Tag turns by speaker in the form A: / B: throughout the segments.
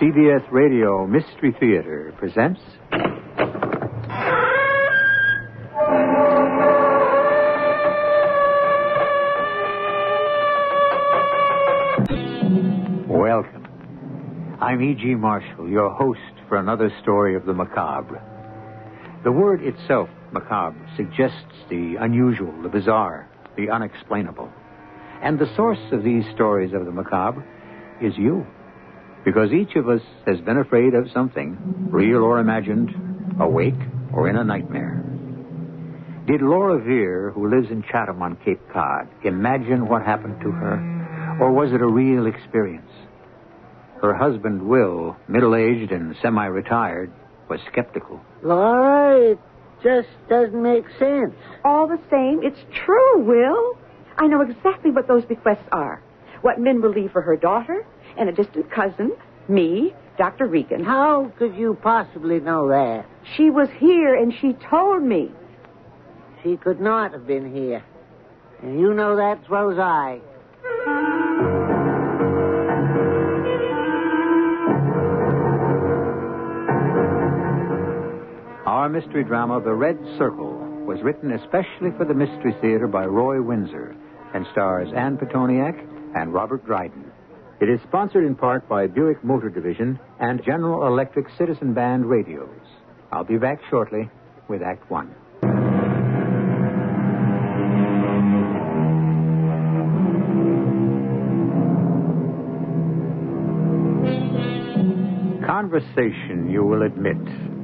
A: CBS Radio Mystery Theater presents. Welcome. I'm E.G. Marshall, your host for another story of the macabre. The word itself, macabre, suggests the unusual, the bizarre, the unexplainable. And the source of these stories of the macabre is you. Because each of us has been afraid of something, real or imagined, awake or in a nightmare. Did Laura Vere, who lives in Chatham on Cape Cod, imagine what happened to her? Or was it a real experience? Her husband, Will, middle aged and semi retired, was skeptical.
B: Laura, it just doesn't make sense.
C: All the same, it's true, Will. I know exactly what those bequests are. What Min will leave for her daughter and a distant cousin, me, Dr. Regan.
B: How could you possibly know that?
C: She was here and she told me.
B: She could not have been here. And you know that, so's I.
A: Our mystery drama, The Red Circle, was written especially for the Mystery Theater by Roy Windsor and stars Ann Petoniak and Robert Dryden. It is sponsored in part by Buick Motor Division and General Electric Citizen Band Radios. I'll be back shortly with Act One. Conversation, you will admit,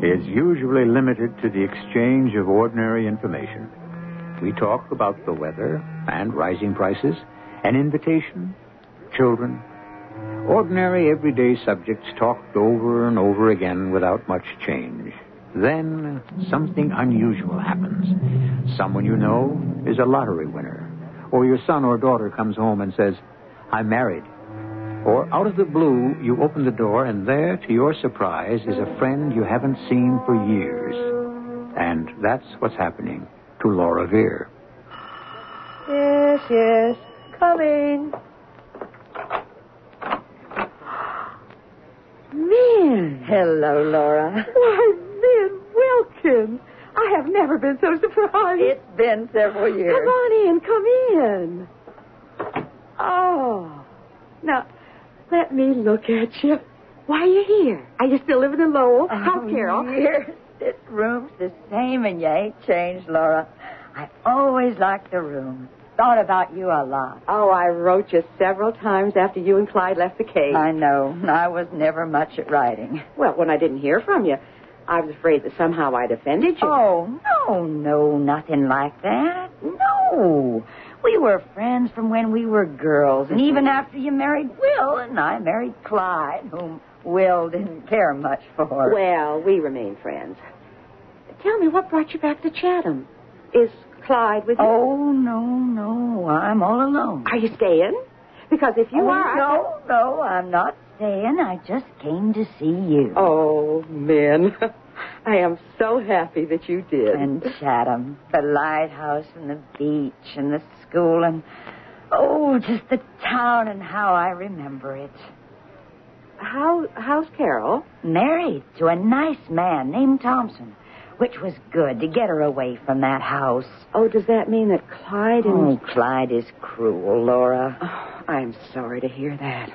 A: is usually limited to the exchange of ordinary information. We talk about the weather and rising prices, an invitation, children. Ordinary, everyday subjects talked over and over again without much change. Then something unusual happens. Someone you know is a lottery winner. Or your son or daughter comes home and says, I'm married. Or out of the blue, you open the door, and there, to your surprise, is a friend you haven't seen for years. And that's what's happening to Laura Vere.
C: Yes, yes. Coming. Min!
B: Hello, Laura.
C: Why, Min Wilkins! I have never been so surprised.
B: It's been
D: Oh,
B: several
C: Come on in, come in. Oh. Now, let me look at you. Why are you here? Are you still living in Lowell?
D: Oh,
C: How's Carol?
D: Here, Um, this room's the same, and you ain't changed, Laura. I always liked the room. Thought about you a lot.
C: Oh, I wrote you several times after you and Clyde left the cave.
D: I know. I was never much at writing.
C: Well, when I didn't hear from you, I was afraid that somehow I'd offended you.
D: Oh, no, no, nothing like that. No. We were friends from when we were girls, and even after you married Will and I married Clyde, whom Will didn't care much for.
C: Well, we remain friends. Tell me, what brought you back to Chatham? Is Clyde with you?
D: oh, no, no. I'm all alone.
C: Are you staying? Because if you
D: Oh,
C: are. I-
D: No, no, I'm not staying. I just came to see you.
C: Oh, Min. I am so happy that you did.
D: And Chatham, the lighthouse and the beach and the school and, oh, just the town and how I remember it.
C: how how's Carol?
D: Married to a nice man named Thompson, which was good to get her away from that house.
C: Oh, does that mean that Clyde and
D: Oh, Clyde is cruel, Laura.
C: Oh, I'm sorry to hear that.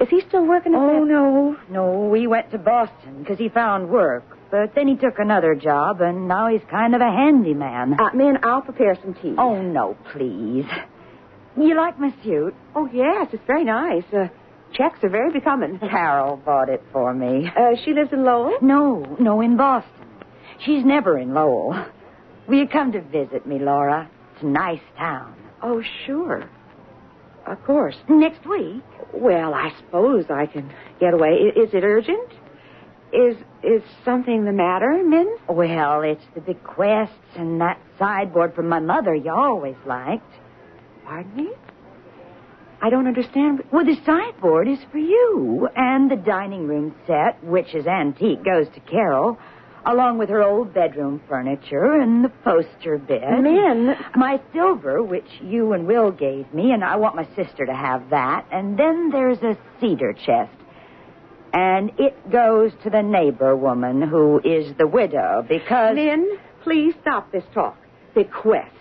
C: Is he still working at
D: Oh,
C: that?
D: no, no. We went to Boston because he found work, but then he took another job, and now he's kind of a handyman.
C: Uh, Min, I'll prepare some tea.
D: Oh, no, please. You like my suit?
C: oh yes, it's very nice. Uh, checks are very becoming.
D: Carol bought it for me.
C: Uh, she lives in Lowell.
D: No, no, in Boston. She's never in Lowell. Will you come to visit me, Laura? It's a nice town.
C: Oh, sure. Of course.
D: Next week?
C: Well, I suppose I can get away. I- Is it urgent? Is is something the matter, Min?
D: Well, it's the bequests and that sideboard from my mother you always liked.
C: Pardon me? I don't understand.
D: Well, the sideboard is for you, and the dining room set, which is antique, goes to Carol, along with her old bedroom furniture and the poster bed.
C: Min.
D: My silver, which you and Will gave me, and I want my sister to have that. And then there's a cedar chest.
E: And it goes to the neighbor woman who is the widow because.
C: Lynn, please stop this talk. Bequest.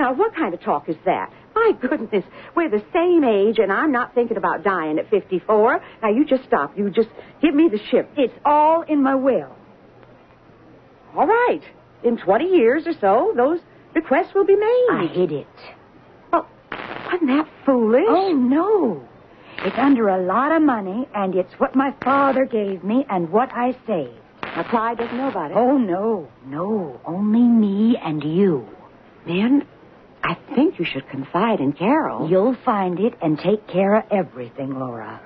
C: Now, what kind of talk is that? My goodness, we're the same age, and I'm not thinking about dying at 54. Now, you just stop. You just give me the ship. It's all in my will. All right. In 20 years or so, those bequests will be made.
E: I hid it.
C: Well, wasn't that foolish?
E: Oh, no. It's under a lot of money, and it's what my father gave me and what I saved.
C: Now, Clyde doesn't know about it.
E: Oh, no, no. Only me and you.
C: Lynn, I think you should confide in Carol.
E: You'll find it and take care of everything, Laura.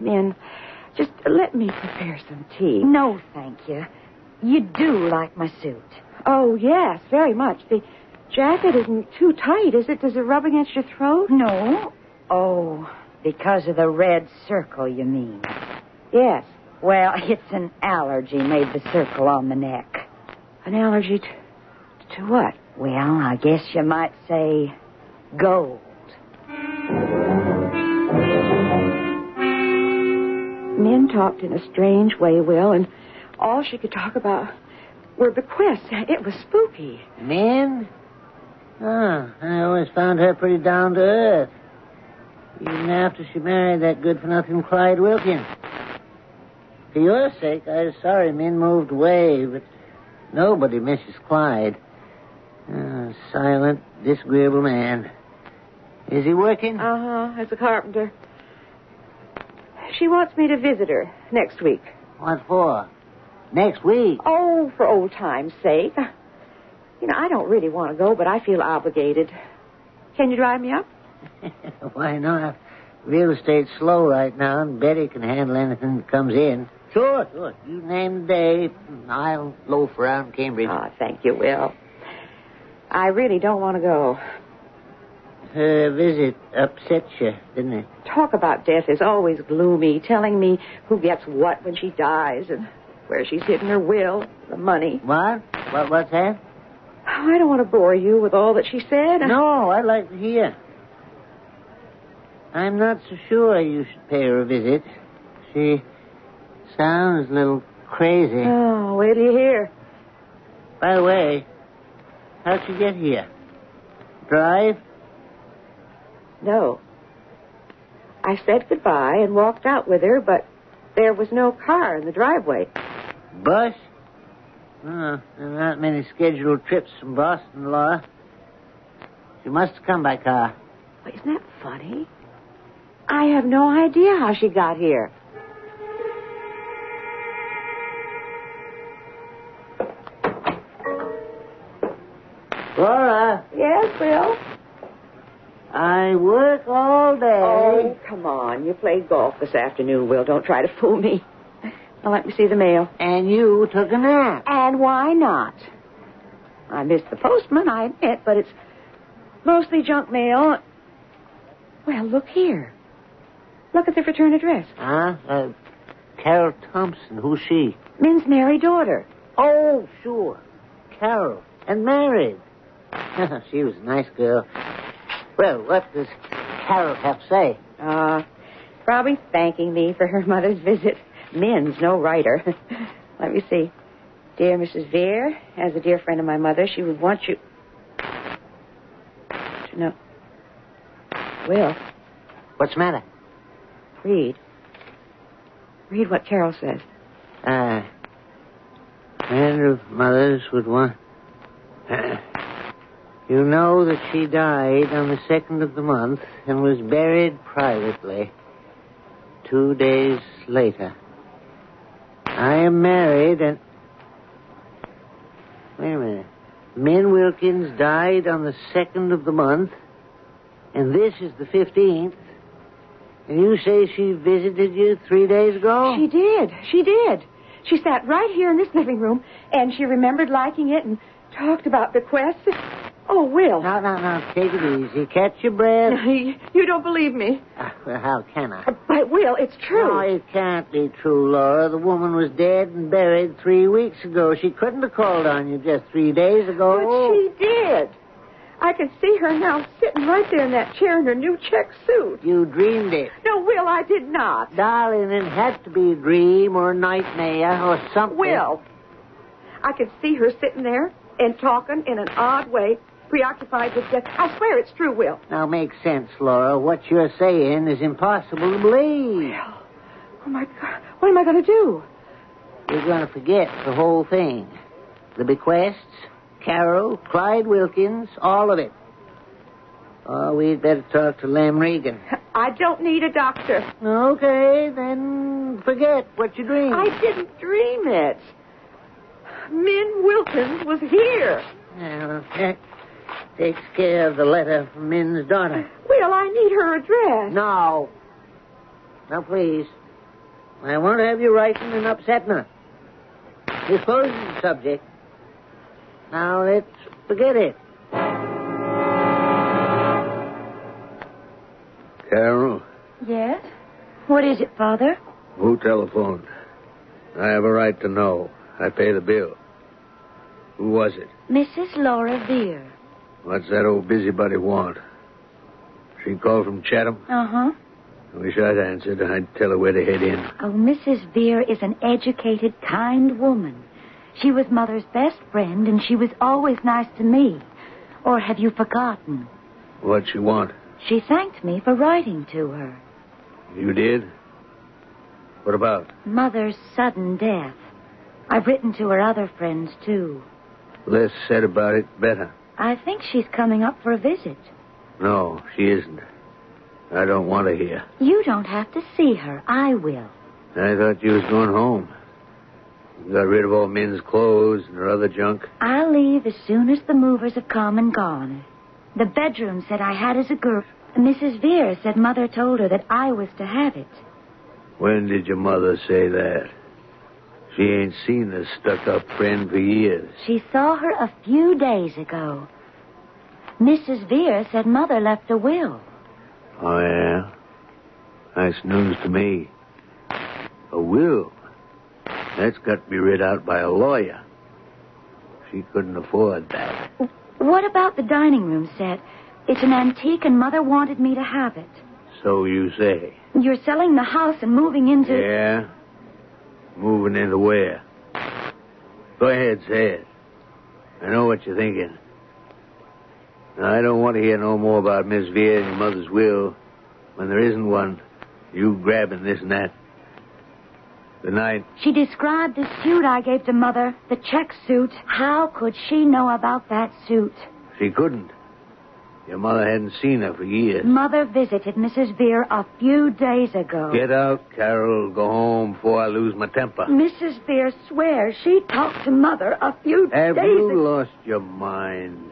C: Lynn, just let me prepare some tea.
E: No, thank you. You do like my suit.
C: Oh, yes, very much. The jacket isn't too tight, is it? Does it rub against your throat?
E: No? Oh, because of the red circle, you mean.
C: Yes.
E: Well, it's an allergy made the circle on the neck.
C: An allergy to, to what?
E: Well, I guess you might say gold.
C: Min talked in a strange way, Will, and all she could talk about were bequests. It was spooky.
B: Min? Oh, I always found her pretty down to earth. Even after she married that good for nothing Clyde Wilkins. For your sake, I'm sorry Min moved away, but nobody misses Clyde. Uh, silent, disagreeable man. Is he working?
C: Uh huh, as a carpenter. She wants me to visit her next week.
B: What for? Next week.
C: Oh, for old time's sake. You know, I don't really want to go, but I feel obligated. Can you drive me up?
B: Why not? Real estate's slow right now, and Betty can handle anything that comes in. Sure, sure. You name the day, and I'll loaf around Cambridge.
C: Oh, thank you, Will. I really don't want to go.
B: Her visit upset you, didn't it?
C: Talk about death is always gloomy, telling me who gets what when she dies and where she's hidden her will, the money.
B: What? What? What's that?
C: Oh, I don't want to bore you with all that she said.
B: No, I'd like to hear. I'm not so sure you should pay her a visit. She sounds a little crazy.
C: Oh, wait till you hear.
B: By the way, how'd you get here? Drive?
C: No. I said goodbye and walked out with her, but there was no car in the driveway.
B: Bus? Oh, there aren't many scheduled trips from Boston, Laura. She must have come by car.
C: Wait, isn't that funny? I have no idea how she got here.
B: Laura,
C: Yes, Bill?
B: I work all day.
C: Oh, come on. You played golf this afternoon, Will. Don't try to fool me. Now, let me see the mail.
B: And you took a nap.
C: And why not? I missed the postman, I admit, but it's mostly junk mail. Well, look here. Look at the return address.
B: Huh? Uh, Carol Thompson. Who's she?
C: Min's married daughter.
B: Oh, sure. Carol. And married. she was a nice girl. Well, what does Carol have to say?
C: Ah, probably thanking me for her mother's visit. Min's no writer. Let me see. Dear Mrs. Vere, as a dear friend of my mother, she would want you. to know. Will,
B: What's the matter?
C: read. Read what Carol says.
B: Uh, friend of mother's would want. ah. you know that she died on the second of the month and was buried privately two days later. I am married and. Wait a minute. Min Wilkins died on the second of the month, and this is the 15th. And you say she visited you three days ago?
C: She did. She did. She sat right here in this living room, and she remembered liking it and talked about bequests. Oh, Will.
B: Now, now, now, take it easy. Catch your breath.
C: you don't believe me.
B: Ah, well, how can I?
C: But, Will, it's true.
B: No, it can't be true, Laura. The woman was dead and buried three weeks ago. Oh, She couldn't have called on you just three days ago.
C: But she did. I can see her now sitting right there in that chair in her new check suit.
B: You dreamed it.
C: No, Will, I did not.
B: Darling, it had to be a dream or a nightmare or something.
C: Will, I could see her sitting there and talking in an odd way, preoccupied with death. I swear it's true, Will.
B: Now makes sense, Laura. What you're saying is impossible to believe.
C: Will, oh my God, what am I going to do?
B: You're going to forget the whole thing. The bequests, Carol, Clyde Wilkins, all of it. Oh, we'd better talk to Lam Regan.
C: I don't need a doctor.
B: Okay, then forget what you dreamed.
C: I didn't dream it. Min Wilkins was here.
B: Well, that takes care of the letter from Min's daughter.
C: Will, I need her address.
B: No. Now, please. I won't have you writing and upsetting her. Dispose of the subject. Now let's forget it.
F: Carol,
D: Yes? What is it, Father?
F: who telephoned? I have a right to know. I pay the bill. Who was it?
D: Mrs. Laura Vere.
F: What's that old busybody want? She called from Chatham.
D: Uh huh.
F: I wish I'd answered. I'd tell her where to head in.
D: Oh, Mrs. Vere is an educated, kind woman. She was Mother's best friend, and she was always nice to me. Or have you forgotten?
F: What she want?
D: She thanked me for writing to her.
F: You did? What about?
D: Mother's sudden death. I've written to her other friends, too.
F: Less said about it, better.
D: I think she's coming up for a visit.
F: No, she isn't. I don't want her here.
D: You don't have to see her. I will.
F: I thought you was going home. You got rid of all men's clothes and her other junk.
D: I'll leave as soon as the movers have come and gone. The bedroom said I had as a girl. Mrs. Vere said Mother told her that I was to have it.
F: When did your mother say that? She ain't seen this stuck up friend for years.
D: She saw her a few days ago. Mrs. Vere said Mother left a will.
F: Oh, yeah? That's news to me. A will? That's got to be read out by a lawyer. She couldn't afford that.
D: What about the dining room set? It's an antique and Mother wanted me to have it.
F: So you say.
D: You're selling the house and moving into.
F: Yeah? Moving into where? Go ahead, say it. I know what you're thinking. Now, I don't want to hear no more about Miss Vere and your mother's will. When there isn't one, you grabbing this and that. Good night.
D: She described the suit I gave to Mother, the check suit. How could she know about that suit?
F: She couldn't. Your mother hadn't seen her for years.
D: Mother visited Mrs. Vere a few days ago.
F: Get out, Carol. Go home before I lose my temper.
D: Mrs. Vere swears she talked to Mother a few
F: Have
D: days
F: you
D: ago.
F: lost your mind?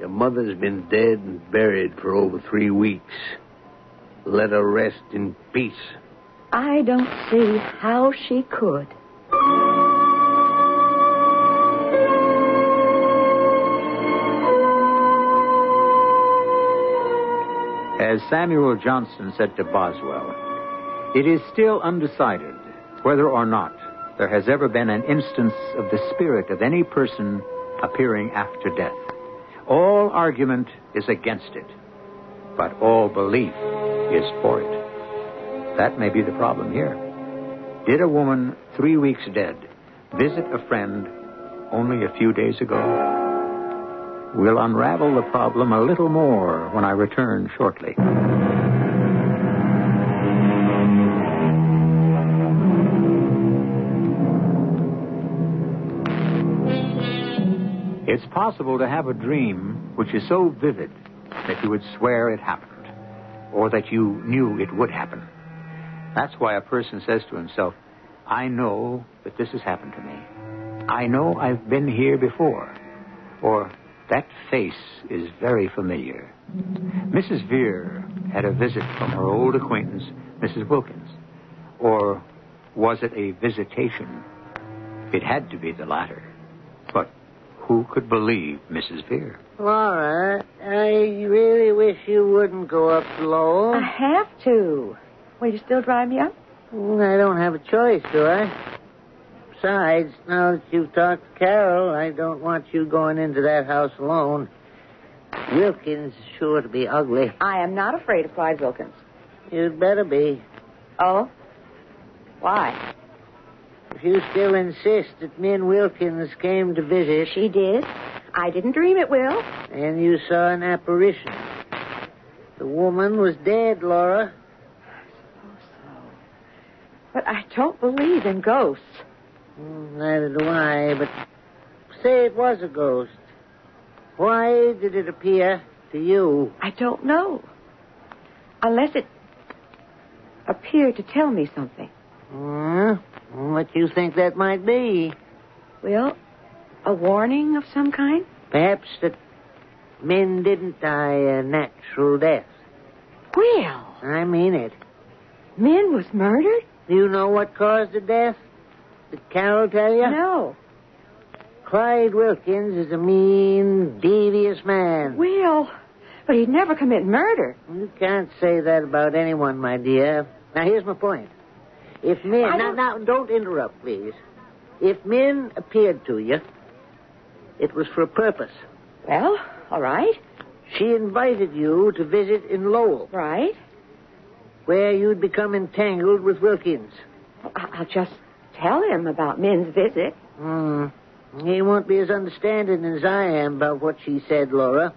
F: Your mother's been dead and buried for over three weeks. Let her rest in peace.
D: I don't see how she could.
A: As Samuel Johnson said to Boswell, it is still undecided whether or not there has ever been an instance of the spirit of any person appearing after death. All argument is against it, but all belief is for it. That may be the problem here. Did a woman three weeks dead visit a friend only a few days ago? We'll unravel the problem a little more when I return shortly. It's possible to have a dream which is so vivid that you would swear it happened, or that you knew it would happen. That's why a person says to himself, I know that this has happened to me. I know I've been here before. Or, that face is very familiar. Mrs. Vere had a visit from her old acquaintance, Mrs. Wilkins. Or, was it a visitation? It had to be the latter. But who could believe Mrs. Vere?
B: Laura, I really wish you wouldn't go up to Lowell.
D: I have to. Will you still drive me up?
B: I don't have a choice, do I? Besides, now that you've talked to Carol, I don't want you going into that house alone. Wilkins is sure to be ugly.
C: I am not afraid of Clyde Wilkins.
B: You'd better be.
C: Oh? Why?
B: If you still insist that Min Wilkins came to visit
C: She did. I didn't dream it, Will.
B: and you saw an apparition. The woman was dead, Laura.
C: But I don't believe in ghosts.
B: Mm, Neither do I, but say it was a ghost. Why did it appear to you?
C: I don't know. Unless it appeared to tell me something.
B: Hmm? What do you think that might be?
C: Well, a warning of some kind?
B: Perhaps that men didn't die a natural death.
C: Will,
B: I mean it.
C: Min was murdered?
B: Do you know what caused the death? Did Carol tell you?
C: No.
B: Clyde Wilkins is a mean, devious man.
C: Will, but he'd never commit murder.
B: You can't say that about anyone, my dear. Now, here's my point. If Min.
C: I
B: Now,
C: don't-
B: now, don't interrupt, please. If Min appeared to you, it was for a purpose.
C: Well, all right.
B: She invited you to visit in Lowell,
C: Right.
B: where you'd become entangled with Wilkins.
C: Well, I- I'll just tell him about Min's visit.
B: Hmm. He won't be as understanding as I am about what she said, Laura.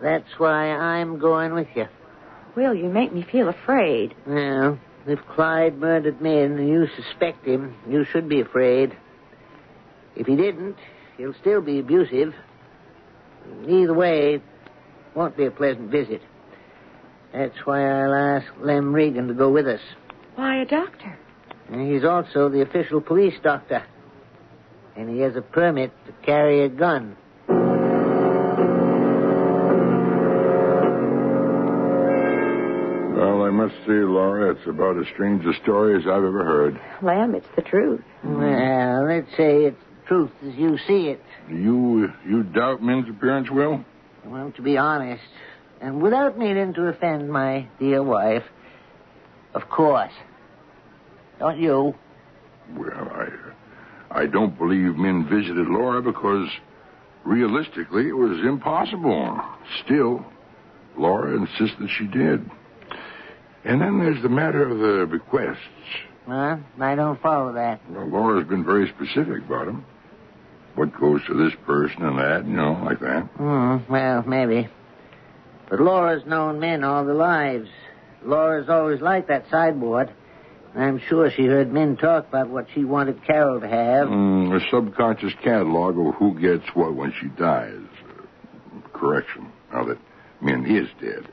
B: That's why I'm going with you.
C: Will, you make me feel afraid.
B: Well, if Clyde murdered men and you suspect him, you should be afraid. If he didn't, he'll still be abusive. Either way, it won't be a pleasant visit. That's why I'll ask Lem Regan to go with us.
C: Why, a doctor?
B: And he's also the official police doctor. And he has a permit to carry a gun.
G: Well, I must say, Laura, it's about as strange a story as I've ever heard.
C: Lamb, it's the truth.
B: Well, let's say it's the truth as you see it.
G: Do you you doubt Min's appearance, Will?
B: Well, to be honest, and without meaning to offend my dear wife, of course. Don't you?
G: Well, I I don't believe Min visited Laura because realistically it was impossible. Still, Laura insisted she did. And then there's the matter of the bequests.
B: Huh? I don't follow that.
G: Well, Laura's been very specific about them. What goes to this person and that, you know, like that.
B: Hmm, well, maybe. But Laura's known men all their lives. Laura's always liked that sideboard. And I'm sure she heard men talk about what she wanted Carol to have.
G: Mm, a subconscious catalog of who gets what when she dies. Correction. Now that Min is dead,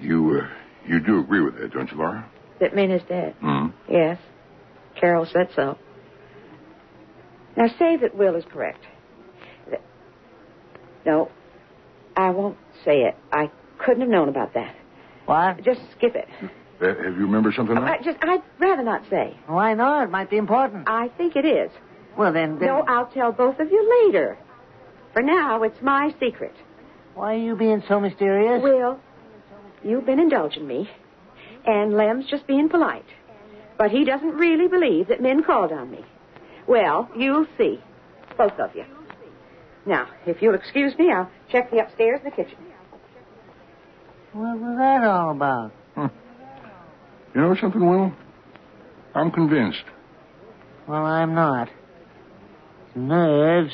G: you uh, you do agree with that, don't you, Laura?
C: That Min is dead.
G: Hmm.
C: Yes. Carol said so. Now say that Will is correct. That- No, I won't say it. I couldn't have known about that.
B: What?
C: Just skip it.
G: Uh, have you remembered something?
C: I
G: else?
C: just I'd rather not say.
B: Why not? It might be important.
C: I think it is.
B: Well, then, then
C: No, I'll tell both of you later. For now, it's my secret.
B: why are you being so mysterious?
C: Will, you've been indulging me, and Lem's just being polite. But he doesn't really believe that men called on me. Well, you'll see, both of you. Now, if you'll excuse me, I'll check the upstairs and the kitchen.
B: What was that all about?
G: You know something, Will? I'm convinced.
B: Well, I'm not. It's nerves.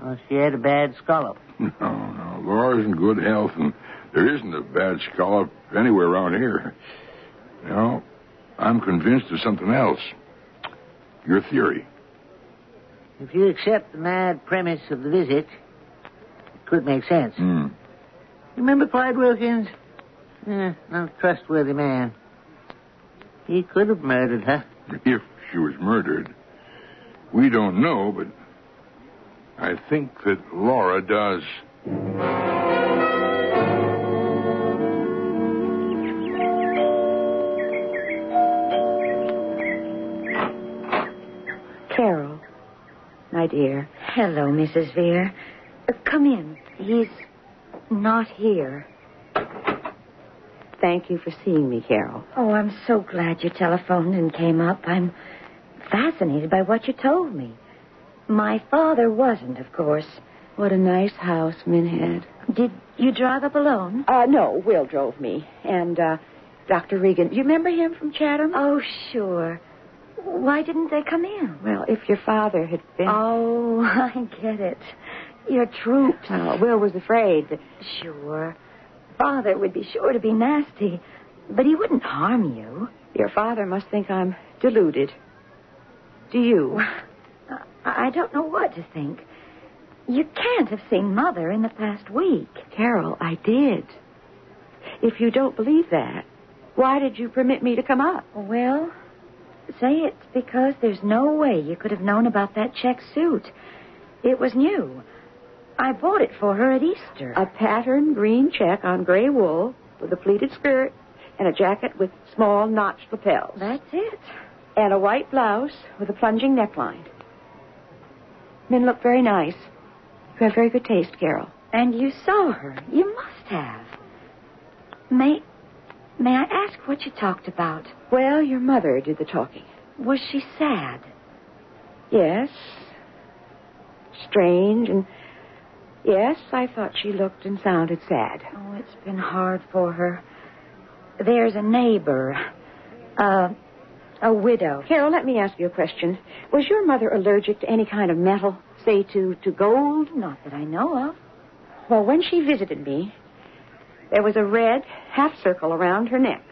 B: Well, she had a bad scallop.
G: No, no. Laura's in good health, and there isn't a bad scallop anywhere around here. No, I'm convinced of something else. Your theory.
B: If you accept the mad premise of the visit, it could make sense.
G: Hmm.
B: Remember Clyde Wilkins? Eh, not a trustworthy man. He could have murdered her.
G: if she was murdered. We don't know, but I think that Laura does.
E: Carol, my dear. Hello, Mrs. Vere. Uh, come in. He's not here.
C: Thank you for seeing me, Carol.
E: Oh, I'm so glad you telephoned and came up. I'm fascinated by what you told me. My father wasn't, of course.
D: What a nice house Min had.
E: Did you drive up alone?
C: Uh, no, Will drove me. And, uh, Dr. Regan, do you remember him from Chatham?
D: Oh, sure.
E: Why didn't they come in?
C: Well, if your father had been.
D: Oh, I get it. Your troops.
C: Uh, Will was afraid that.
D: Sure. Father would be sure to be nasty, but he wouldn't harm you.
C: Your father must think I'm deluded. Do you?
D: I- Uh, I don't know what to think. You can't have seen Mother in the past week.
C: Carol, I did. If you don't believe that, why did you permit me to come up?
D: Well, say it's because there's no way you could have known about that check suit. It was new. I bought it for her at Easter.
C: A patterned green check on gray wool with a pleated skirt and a jacket with small notched lapels.
D: That's it.
C: and a white blouse with a plunging neckline. Men look very nice. You have very good taste, Carol.
D: And you saw her. You must have. May may I ask what you talked about?
C: Well, your mother did the talking.
D: Was she sad?
C: Yes. Strange and yes, I thought she looked and sounded sad.
D: Oh, it's been hard for her. There's a neighbor, uh, a widow.
C: Carol, let me ask you a question. Was your mother allergic to any kind of metal, say to to gold?
D: Not that I know of.
C: Well, when she visited me, there was a red half circle around her neck.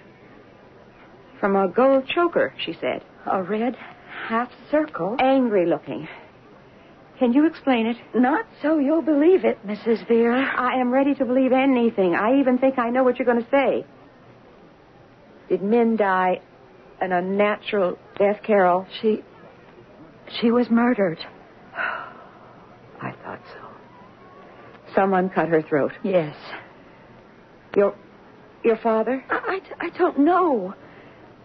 C: From a gold choker, she said.
D: A red half circle.
C: angry looking. Can you explain it?
D: Not so you'll believe it, Mrs. Vera.
C: I am ready to believe anything. I even think I know what you're going to say. Did Min die an unnatural death, Carol?
D: She. She was murdered.
C: I thought so. Someone cut her throat.
D: Yes.
C: Your, your father?
D: I, I, I don't know.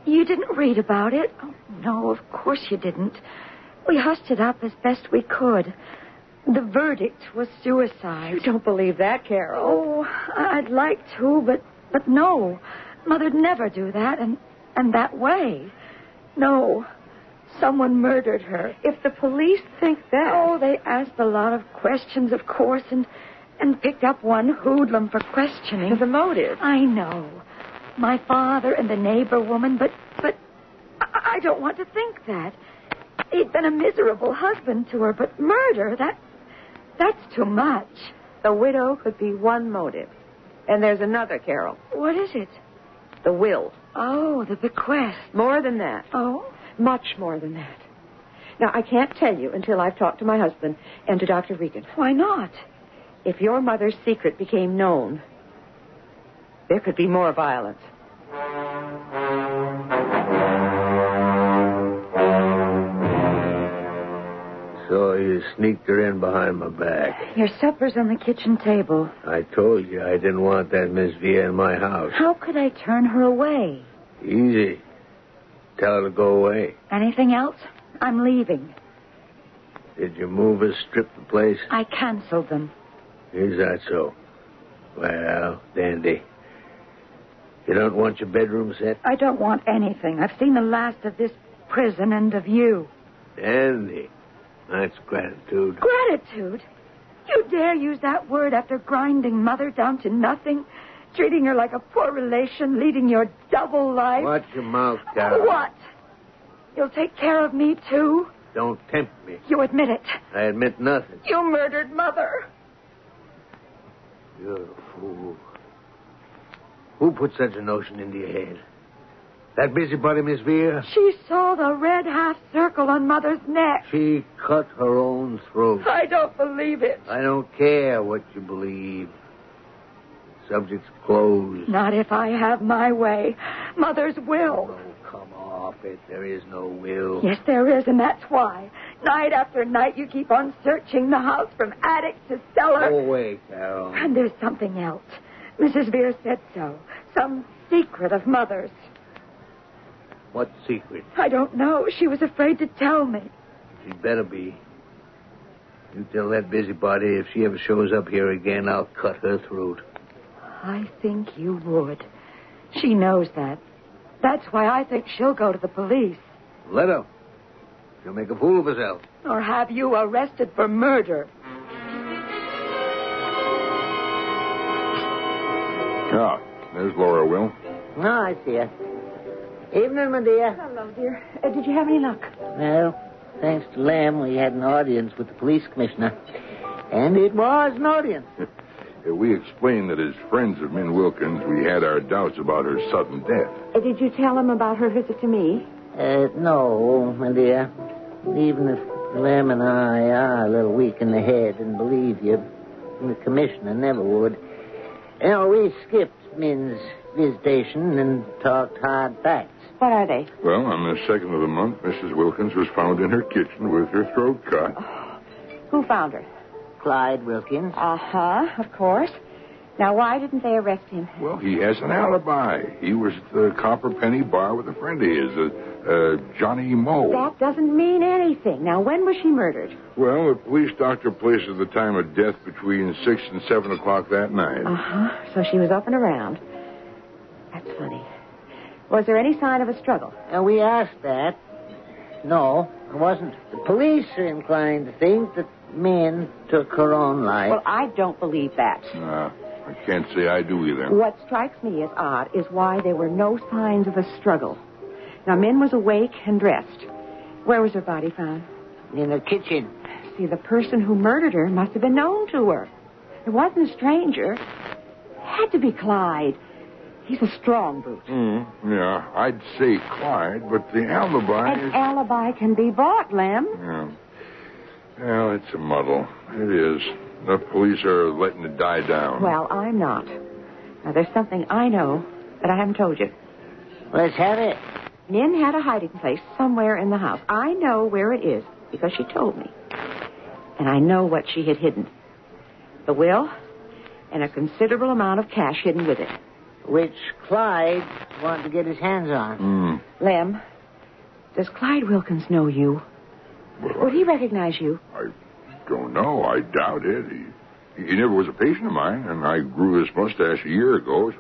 D: You didn't read about it? Oh, no, of course you didn't. We hushed it up as best we could. The verdict was suicide.
C: You don't believe that, Carol.
D: Oh, I'd like to, but but no. Mother'd never do that, and and that way. No, someone murdered her.
C: If the police think that.
D: Oh, they asked a lot of questions, of course, and and picked up one hoodlum for questioning.
C: the motive.
D: I know, my father and the neighbor woman, but but I, I don't want to think that. He'd been a miserable husband to her, but murder that that's too much.
C: The widow could be one motive. And there's another, Carol.
D: What is it?
C: The will.
D: Oh, the bequest.
C: More than that.
D: Oh,
C: Much more than that. Now, I can't tell you until I've talked to my husband and to Dr. Regan.
D: why not?
C: If your mother's secret became known, there could be more violence.
F: So you sneaked her in behind my back.
D: Your supper's on the kitchen table.
F: I told you I didn't want that Miss Villa in my house.
D: How could I turn her away?
F: Easy. Tell her to go away.
D: Anything else? I'm leaving.
F: Did you move her, strip the place?
D: I canceled them.
F: Is that so? Well, dandy. You don't want your bedroom set?
D: I don't want anything. I've seen the last of this prison and of you.
F: Dandy. That's gratitude.
D: Gratitude? You dare use that word after grinding Mother down to nothing, treating her like a poor relation, leading your double life? Uh,
F: Watch your mouth, Carol.
D: What? You'll take care of me, too?
F: Don't tempt me.
D: You admit it.
F: I admit nothing.
D: You murdered Mother.
F: You're a fool. Who put such a notion into your head? That busybody, Miss Vere?
D: She saw the red half circle on Mother's neck.
F: She cut her own throat.
D: I don't believe it.
F: I don't care what you believe. Subject's closed.
D: Not if I have my way. Mother's will.
F: Oh, come off it. There is no will.
D: Yes, there is, and that's why. Night after night, you keep on searching the house from attic to cellar.
F: Go away, Carol.
D: And there's something else. Mrs. Vere said so. Some secret of Mother's.
F: What secret?
D: I don't know. She was afraid to tell me.
F: She better be. You tell that busybody if she ever shows up here again, I'll cut her throat.
D: I think you would. She knows that. That's why I think she'll go to the police.
F: Let her. She'll make a fool of herself.
D: Or have you arrested for murder.
G: Ah, there's Laura, Will.
B: No, I see her. Evening, my dear.
C: Hello, dear. Uh, did you have any luck?
B: Well, thanks to Lamb, we had an audience with the police commissioner. And it was an audience.
G: Uh, We explained that as friends of Min Wilkins, we had our doubts about her sudden death.
C: Uh, did you tell him about her visit to me?
B: Uh, no, my dear. Even if Lem and I are a little weak in the head and believe you, the commissioner never would. You know, we skipped Min's visitation and talked hard facts.
C: What are they?
G: Well, on the second of the month, Mrs. Wilkins was found in her kitchen with her throat cut.
C: Who found her?
B: Clyde Wilkins.
C: Uh huh, of course. Now, why didn't they arrest him?
G: Well, he has an alibi. He was at the Copper Penny Bar with a friend of his, uh, uh, Johnny Moe.
C: That doesn't mean anything. Now, when was she murdered?
G: Well, the police doctor places the time of death between 6 and 7 o'clock that night.
C: Uh huh. So she was up and around. That's funny. Was there any sign of a struggle?
B: And we asked that. No, it wasn't. The police are inclined to think that Min took her own life.
C: Well, I don't believe that.
G: Uh, I can't say I do either.
C: What strikes me as odd is why there were no signs of a struggle. Now, Min was awake and dressed. Where was her body found?
B: in the kitchen.
C: See, the person who murdered her must have been known to her. It wasn't a stranger. Had to be Clyde. He's a strong brute.
G: Mm,
C: Mm-hmm.
G: yeah, I'd say Clyde, but the alibi
C: An
G: is...
C: alibi can be bought, Lem.
G: Yeah. Well, it's a muddle. It is. The police are letting it die down.
C: Well, I'm not. Now, there's something I know that I haven't told you.
B: Let's have it.
C: Min had a hiding place somewhere in the house. I know where it is because she told me. And I know what she had hidden the will and a considerable amount of cash hidden with it.
B: Which Clyde wanted to get his hands on.
G: Mm,
C: Lem, does Clyde Wilkins know you?
G: well,
C: Would he recognize you?
G: I don't know. I doubt it. He, he never was a patient of mine, and I grew this mustache a year ago.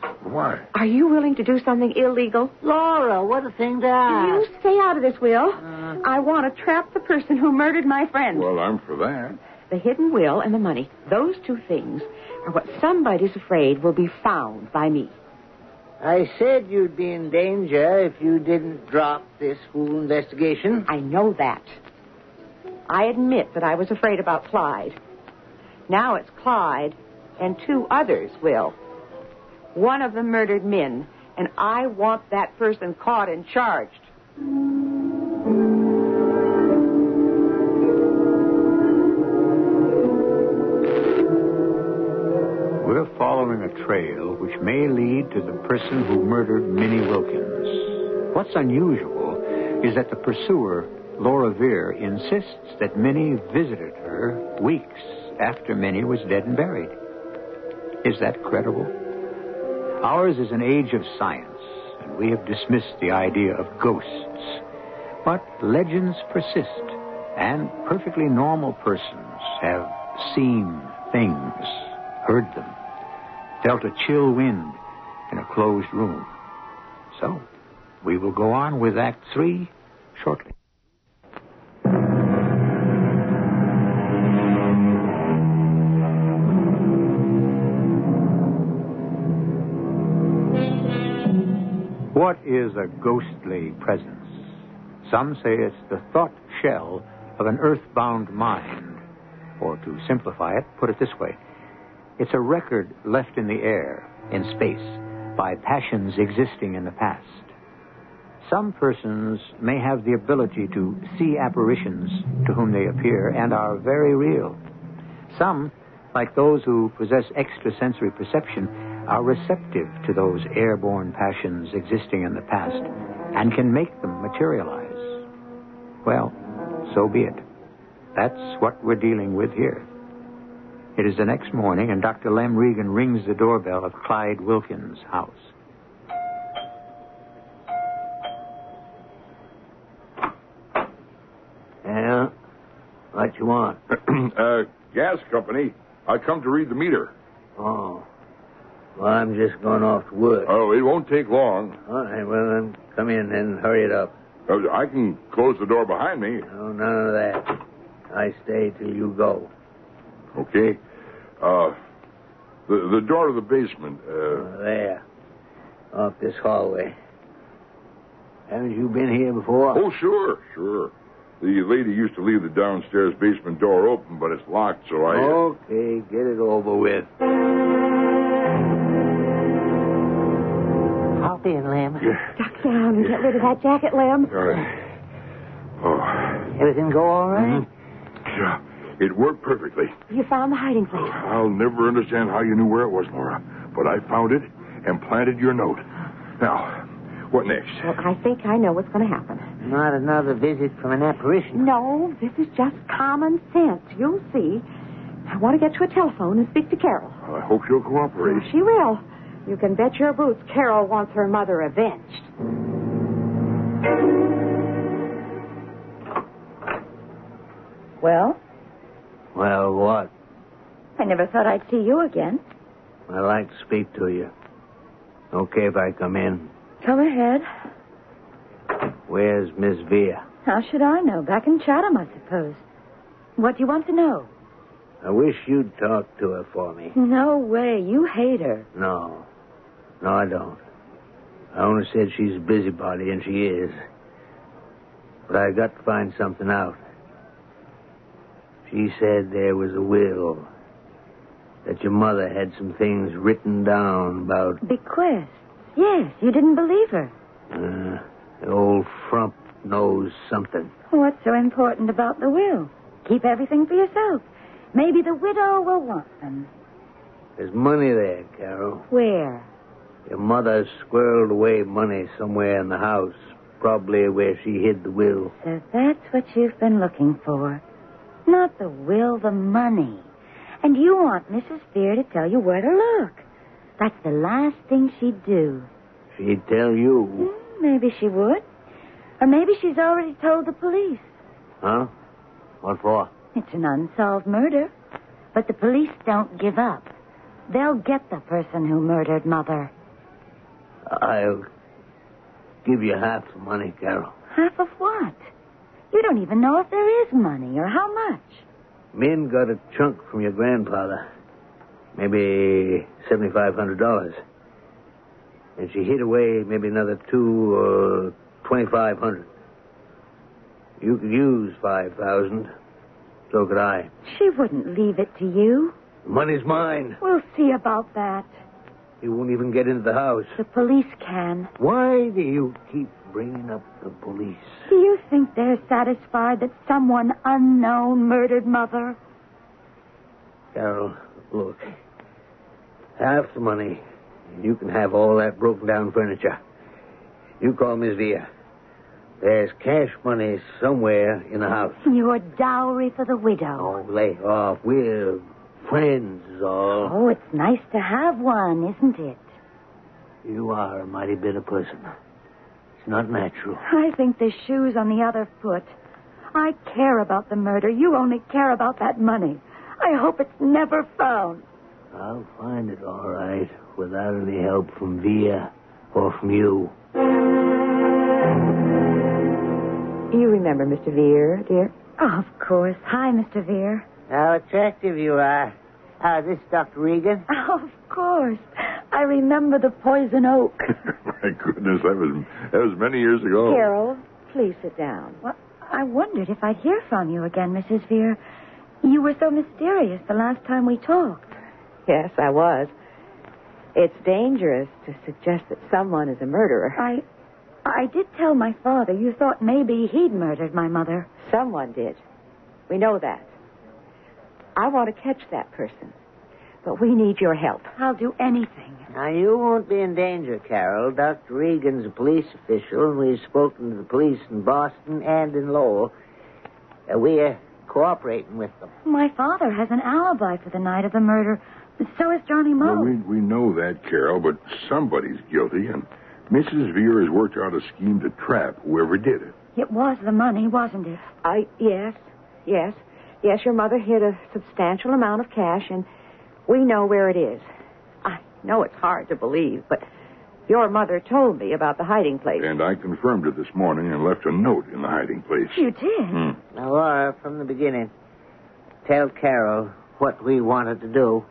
G: So why?
C: Are you willing to do something illegal? Ah.
B: Laura, what a thing to
C: You
B: ask.
C: stay out of this, Will. I want to trap the person who murdered my friend.
G: Well, I'm for that.
C: The hidden will and the money, those two things are what somebody's afraid will be found by me.
B: I said you'd be in danger if you didn't drop this fool investigation.
C: I know that. I admit that I was afraid about Clyde. Now it's Clyde and two others, Will. One of them murdered men, and I want that person caught and charged.
A: We're following a trail which may lead to the person who murdered Minnie Wilkins. What's unusual is that the pursuer, Laura Vere, insists that Minnie visited her weeks after Minnie was dead and buried. Is that credible? Ours is an age of science, and we have dismissed the idea of ghosts. But legends persist, and perfectly normal persons have seen things, heard them, felt a chill wind in a closed room. So, we will go on with Act Three shortly. What is a ghostly presence? Some say it's the thought shell of an earthbound mind. Or to simplify it, put it this way it's a record left in the air, in space, by passions existing in the past. Some persons may have the ability to see apparitions to whom they appear and are very real. Some, like those who possess extrasensory perception, are receptive to those airborne passions existing in the past and can make them materialize. Well, so be it. That's what we're dealing with here. It is the next morning, and Dr. Lem Regan rings the doorbell of Clyde Wilkins' house.
F: Yeah? What you want?
G: uh, gas company. I come to read the meter.
F: Oh. Well, I'm just going off to work.
G: Oh, it won't take long.
F: All right, well, then come in and hurry it up.
G: Uh, I can close the door behind me.
F: No, none of that. I stay till you go.
G: Okay. Uh, The, the door of the basement. Uh,
F: There. Off this hallway. Haven't you been here before?
G: oh, sure, sure. The lady used to leave the downstairs basement door open, but it's locked, so I.
F: Okay, get it over with.
B: Hop in, Lem.
G: Yeah.
C: Duck down and get rid of that jacket, Lem.
G: All right. Oh,
B: Everything go all right?
G: yeah. It worked perfectly.
C: You found the hiding place.
G: I'll never understand how you knew where it was, Laura, but I found it and planted your note. Now, what next?
C: Well, I think I know what's going to happen.
B: Not another visit from an apparition.
C: No, this is just common sense. You'll see. I want to get to a telephone and speak to Carol.
G: I hope you'll cooperate.
C: She will. You can bet your boots Carol wants her mother avenged.
D: Well,
F: Well, what?
D: I never thought I'd see you again.
F: I'd like to speak to you. Okay, if I come in.
D: Come ahead.
F: Where's Miss Veer?
D: How should I know? Back in Chatham, I suppose. What do you want to know?
F: I wish you'd talk to her for me.
D: No way. You hate her.
F: No. No, I don't. I only said she's a busybody, and she is. But I got to find something out. She said there was a will. That your mother had some things written down about
D: Bequest. Yes, you didn't believe her.
F: uh, the old frump knows something.
D: What's so important about the will? Keep everything for yourself. Maybe the widow will want them.
F: There's money there, Carol.
D: Where?
F: Your mother squirreled away money somewhere in the house, probably where she hid the will.
D: So that's what you've been looking for. Not the will, the money. And you want Mrs. Fear to tell you where to look. That's the last thing she'd do.
F: She'd tell you,
D: Hmm, Maybe she would. Or maybe she's already told the police.
F: huh? What for?
D: It's an unsolved murder. But the police don't give up. They'll get the person who murdered Mother.
F: I'll give you half the money, Carol.
D: Half of what? You don't even know if there is money or how much.
F: Min got a chunk from your grandfather. Maybe seventy-five hundred dollars. And she hid away maybe another two or twenty-five hundred. You could use five thousand. So could I.
D: She wouldn't leave it to you.
F: The money's mine.
D: We'll see about that.
F: You won't even get into the house.
D: The police can.
F: Why do you keep bringing up the police?
D: Do you think they're satisfied that someone unknown murdered Mother?
F: Carol, look. Half the money, and you can have all that broken down furniture. You call Miss Villa. There's cash money somewhere in the house.
D: Your dowry for the widow.
F: Oh, lay off. We're friends, is all.
D: Oh, it's nice to have one, isn't it?
F: You are a mighty bitter person. It's not natural.
D: I think the shoe's on the other foot. I care about the murder. You only care about that money. I hope it's never found.
F: I'll find it all right without any help from Villa or from you.
C: You remember Mr. Veer, dear?
D: Oh, of course. Hi, Mr. Vere.
B: How attractive you are. Ah, this is Dr. Regan.
D: Oh, of course. I remember the poison oak.
G: My goodness, that was that was many years ago.
C: Carol, please sit down.
D: Well, I wondered if I'd hear from you again, Mrs. Vere. You were so mysterious the last time we talked.
C: Yes, I was. It's dangerous to suggest that someone is a murderer.
D: I. I did tell my father you thought maybe he'd murdered my mother.
C: Someone did. We know that. I want to catch that person. But we need your help.
D: I'll do anything.
B: Now, you won't be in danger, Carol. Dr. Regan's a police official, and we've spoken to the police in Boston and in Lowell. Uh, we're cooperating with them.
D: My father has an alibi for the night of the murder. So is Johnny Moe.
G: Well, we, we know that, Carol, but somebody's guilty, and Mrs. Veer has worked out a scheme to trap whoever did it.
D: It was the money, wasn't it?
C: I yes, yes, yes. Your mother hid a substantial amount of cash, and we know where it is. I know it's hard to believe, but your mother told me about the hiding place.
G: And I confirmed it this morning and left a note in the hiding place.
D: You did.
G: Hmm.
B: Mm-hmm. Now, Laura, from the beginning, tell Carol what we wanted to do.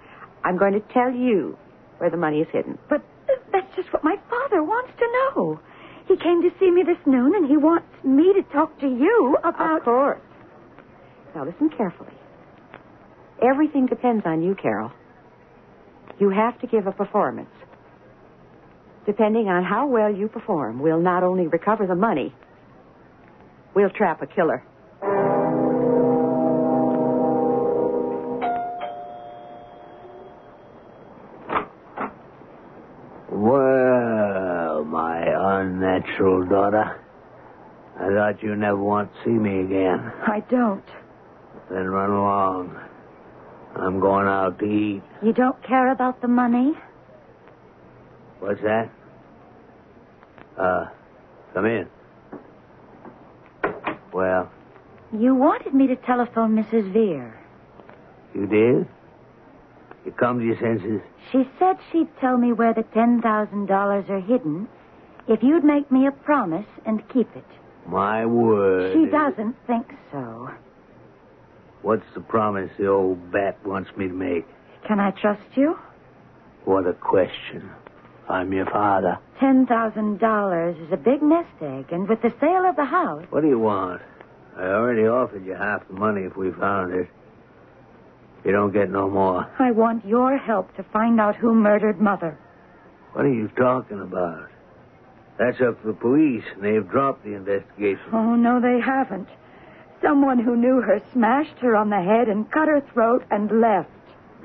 C: I'm going to tell you where the money is hidden.
D: But th- that's just what my father wants to know. He came to see me this noon, and he wants me to talk to you about.
C: Of course. Now listen carefully. Everything depends on you, Carol. You have to give a performance. Depending on how well you perform, we'll not only recover the money, we'll trap a killer.
F: Well, my unnatural daughter. I thought you'd never want to see me again.
D: I don't.
F: Then run along. I'm going out to eat.
D: You don't care about the money?
F: What's that? Uh, come in. Well,
E: You wanted me to telephone Mrs. Veer.
F: you did? You come to your senses?
E: She said she'd tell me where the $10,000 are hidden if you'd make me a promise and keep it.
F: My word.
E: She
F: is-
E: doesn't think so.
F: What's the promise the old bat wants me to make?
E: Can I trust you?
F: What a question. I'm your father.
E: $10,000 is a big nest egg, and with the sale of the house,
F: What do you want? I already offered you half the money if we found it. You don't get no more.
E: I want your help to find out who murdered Mother.
F: What are you talking about? That's up to the police, and they've dropped the investigation.
D: Oh, no, they haven't. Someone who knew her smashed her on the head and cut her throat and left.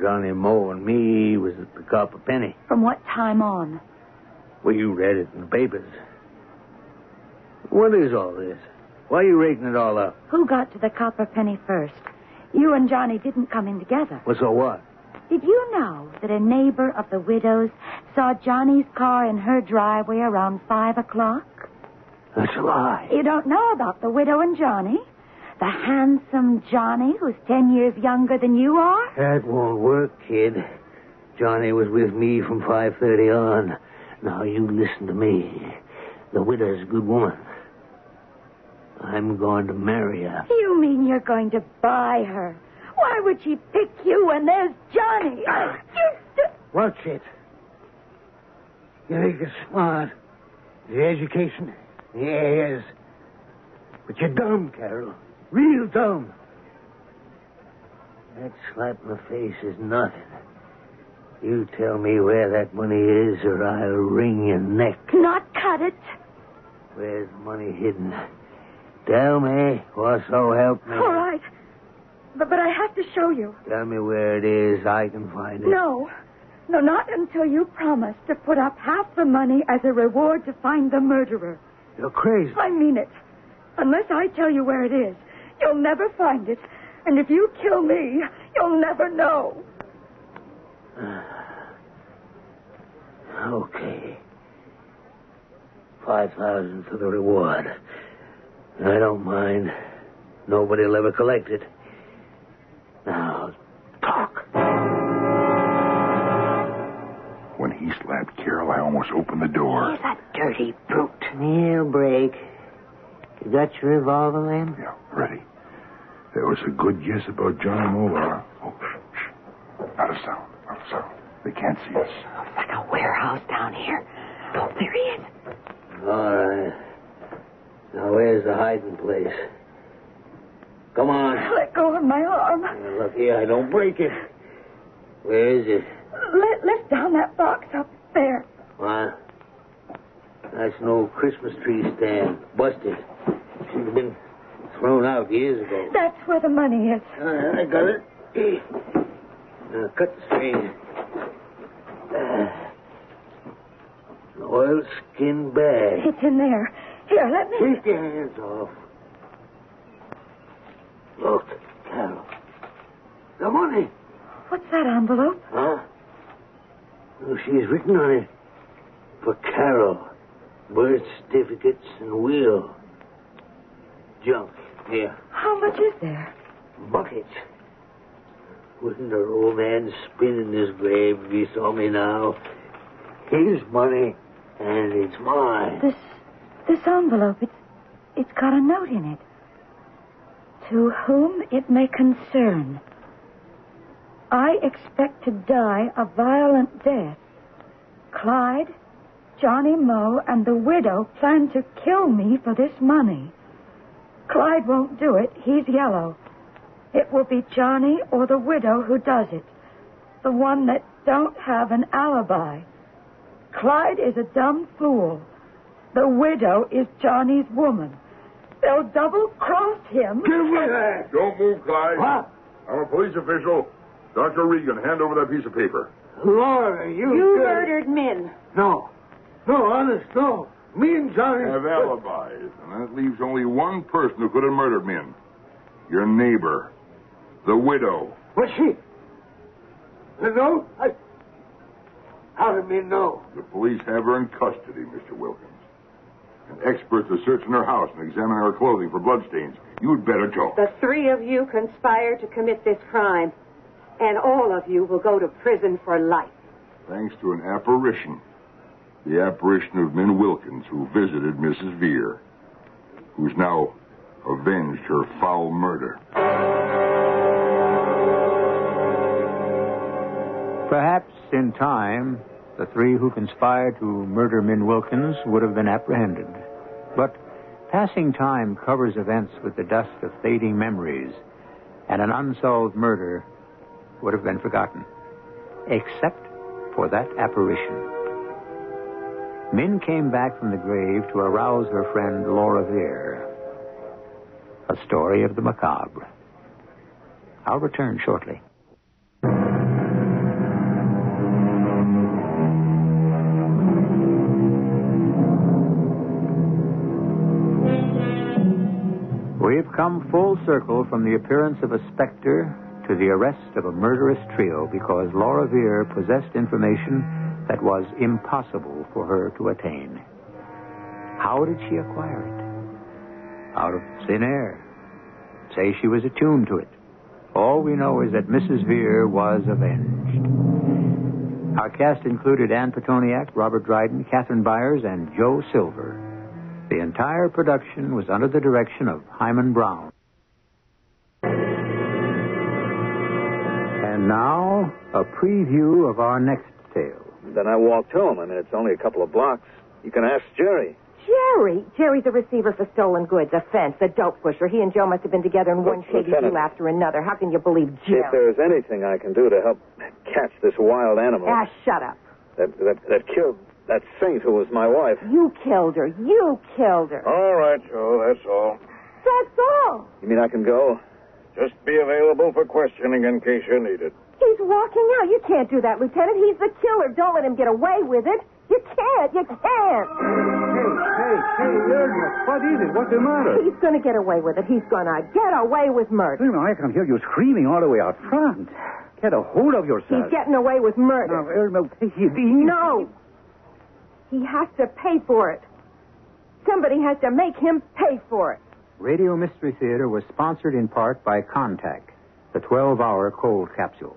F: Johnny Moe and me was to pick up a penny.
D: From what time on?
F: Well, you read it in the papers. What is all this? Why are you raking it all up?
D: Who got to the copper penny first? You and Johnny didn't come in together.
F: Well, so what?
D: Did you know that a neighbor of the widow's saw Johnny's car in her driveway around five o'clock?
F: That's a lie.
D: You don't know about the widow and Johnny? The handsome Johnny who's ten years younger than you are?
F: That won't work, kid. Johnny was with me from 5.30 on. Now, you listen to me. The widow's a good woman. I'm going to marry her.
D: You mean you're going to buy her? Why would she pick you when there's Johnny? You d-
F: Watch it. You think you're smart. The education. Yes. But you're dumb, Carol. Real dumb. That slap in the face is nothing. You tell me where that money is, or I'll wring your neck.
D: Not cut it.
F: Where's the money hidden? Tell me, or so help me.
D: All right. But, but I have to show you.
F: Tell me where it is. I can find it.
D: No. No, not until you promise to put up half the money as a reward to find the murderer.
F: You're crazy.
D: I mean it. Unless I tell you where it is, you'll never find it. And if you kill me, you'll never know.
F: Okay. Five thousand for the reward. I don't mind. Nobody'll ever collect it. Now, talk.
G: When he slapped Carol, I almost opened the door.
E: that dirty brute.
F: Neil break. You got your revolver, Lamb?
G: Yeah, ready. There was a good guess about Johnny Molar. Oh, shh, shh. Out of sound. Out of sound. They can't see us.
E: Like a warehouse down here. Oh, there he is.
F: All right. Now, where's the hiding place? Come on.
D: Let go of my arm.
F: You're lucky I don't break it. Where is it?
D: Let, lift down that box up there.
F: Why? That's an old Christmas tree stand. Busted. Should have been thrown out years ago.
D: That's where the money is.
F: Uh, I got it. Now, cut the string. Uh, an oilskin bag.
D: It's in there. Here, let me.
F: Take your hands off. Look, Carol. The money.
D: What's that envelope?
F: Huh? Oh, she's written on it. For Carol. Birth certificates and will. Junk. Here.
D: How much is there?
F: Buckets. Wouldn't the old man spin in his grave if he saw me now? His money, and it's mine.
D: This, this envelope. It's, it's got a note in it. To whom it may concern. I expect to die a violent death. Clyde, Johnny Moe, and the widow plan to kill me for this money. Clyde won't do it. He's yellow. It will be Johnny or the widow who does it. The one that don't have an alibi. Clyde is a dumb fool. The widow is Johnny's woman. They'll double cross him.
G: Give me that! Don't move, Clyde.
F: What?
G: I'm a police official. Dr. Regan, hand over that piece of paper.
F: Laura, you.
C: You
F: dirty-
C: murdered men.
F: No. No, honest, no. Me and Johnny.
G: have alibis, and that leaves only one person who could have murdered men. Your neighbor. The widow.
F: Was she? The note? I. How did me know?
G: The police have her in custody, Mr. Wilkins. And experts are searching her house and examining her clothing for bloodstains. You'd better go.
C: The three of you conspired to commit this crime, and all of you will go to prison for life.
G: Thanks to an apparition. The apparition of Min Wilkins, who visited Mrs. Vere, who's now avenged her foul murder.
A: Perhaps in time, the three who conspired to murder Min Wilkins would have been apprehended. But passing time covers events with the dust of fading memories, and an unsolved murder would have been forgotten, except for that apparition. Min came back from the grave to arouse her friend Laura Vere. A story of the macabre. I'll return shortly. We've come full circle from the appearance of a specter to the arrest of a murderous trio because Laura Vere possessed information that was impossible for her to attain. How did she acquire it? Out of thin air. Say she was attuned to it. All we know is that Mrs. Vere was avenged. Our cast included Ann Petoniak, Robert Dryden, Catherine Byers, and Joe Silver. The entire production was under the direction of Hyman Brown. And now, a preview of our next tale.
F: Then I walked home. I mean, it's only a couple of blocks. You can ask Jerry.
H: Jerry? Jerry's a receiver for stolen goods, a fence, a dope pusher. He and Joe must have been together in one
F: Look,
H: shady
F: Lieutenant.
H: deal after another. How can you believe
F: If
H: Jerry?
F: there's anything I can do to help catch this wild animal
H: Ah, shut up.
F: that, that that killed that saint who was my wife.
H: You killed her. You killed her.
I: All right, Joe, that's all.
H: That's all.
F: You mean I can go?
I: Just be available for questioning in case you need it.
H: He's walking out. You can't do that, Lieutenant. He's the killer. Don't let him get away with it. You can't. You can't.
I: What is it? What's the matter?
H: He's going to get away with it. He's going to get away with murder.
J: Well, I can hear you screaming all the way out front. Get a hold of yourself.
H: He's getting away with murder.
J: Irma,
H: No. He has to pay for it. Somebody has to make him pay for it.
A: Radio Mystery Theater was sponsored in part by Contact, the 12 hour cold capsule.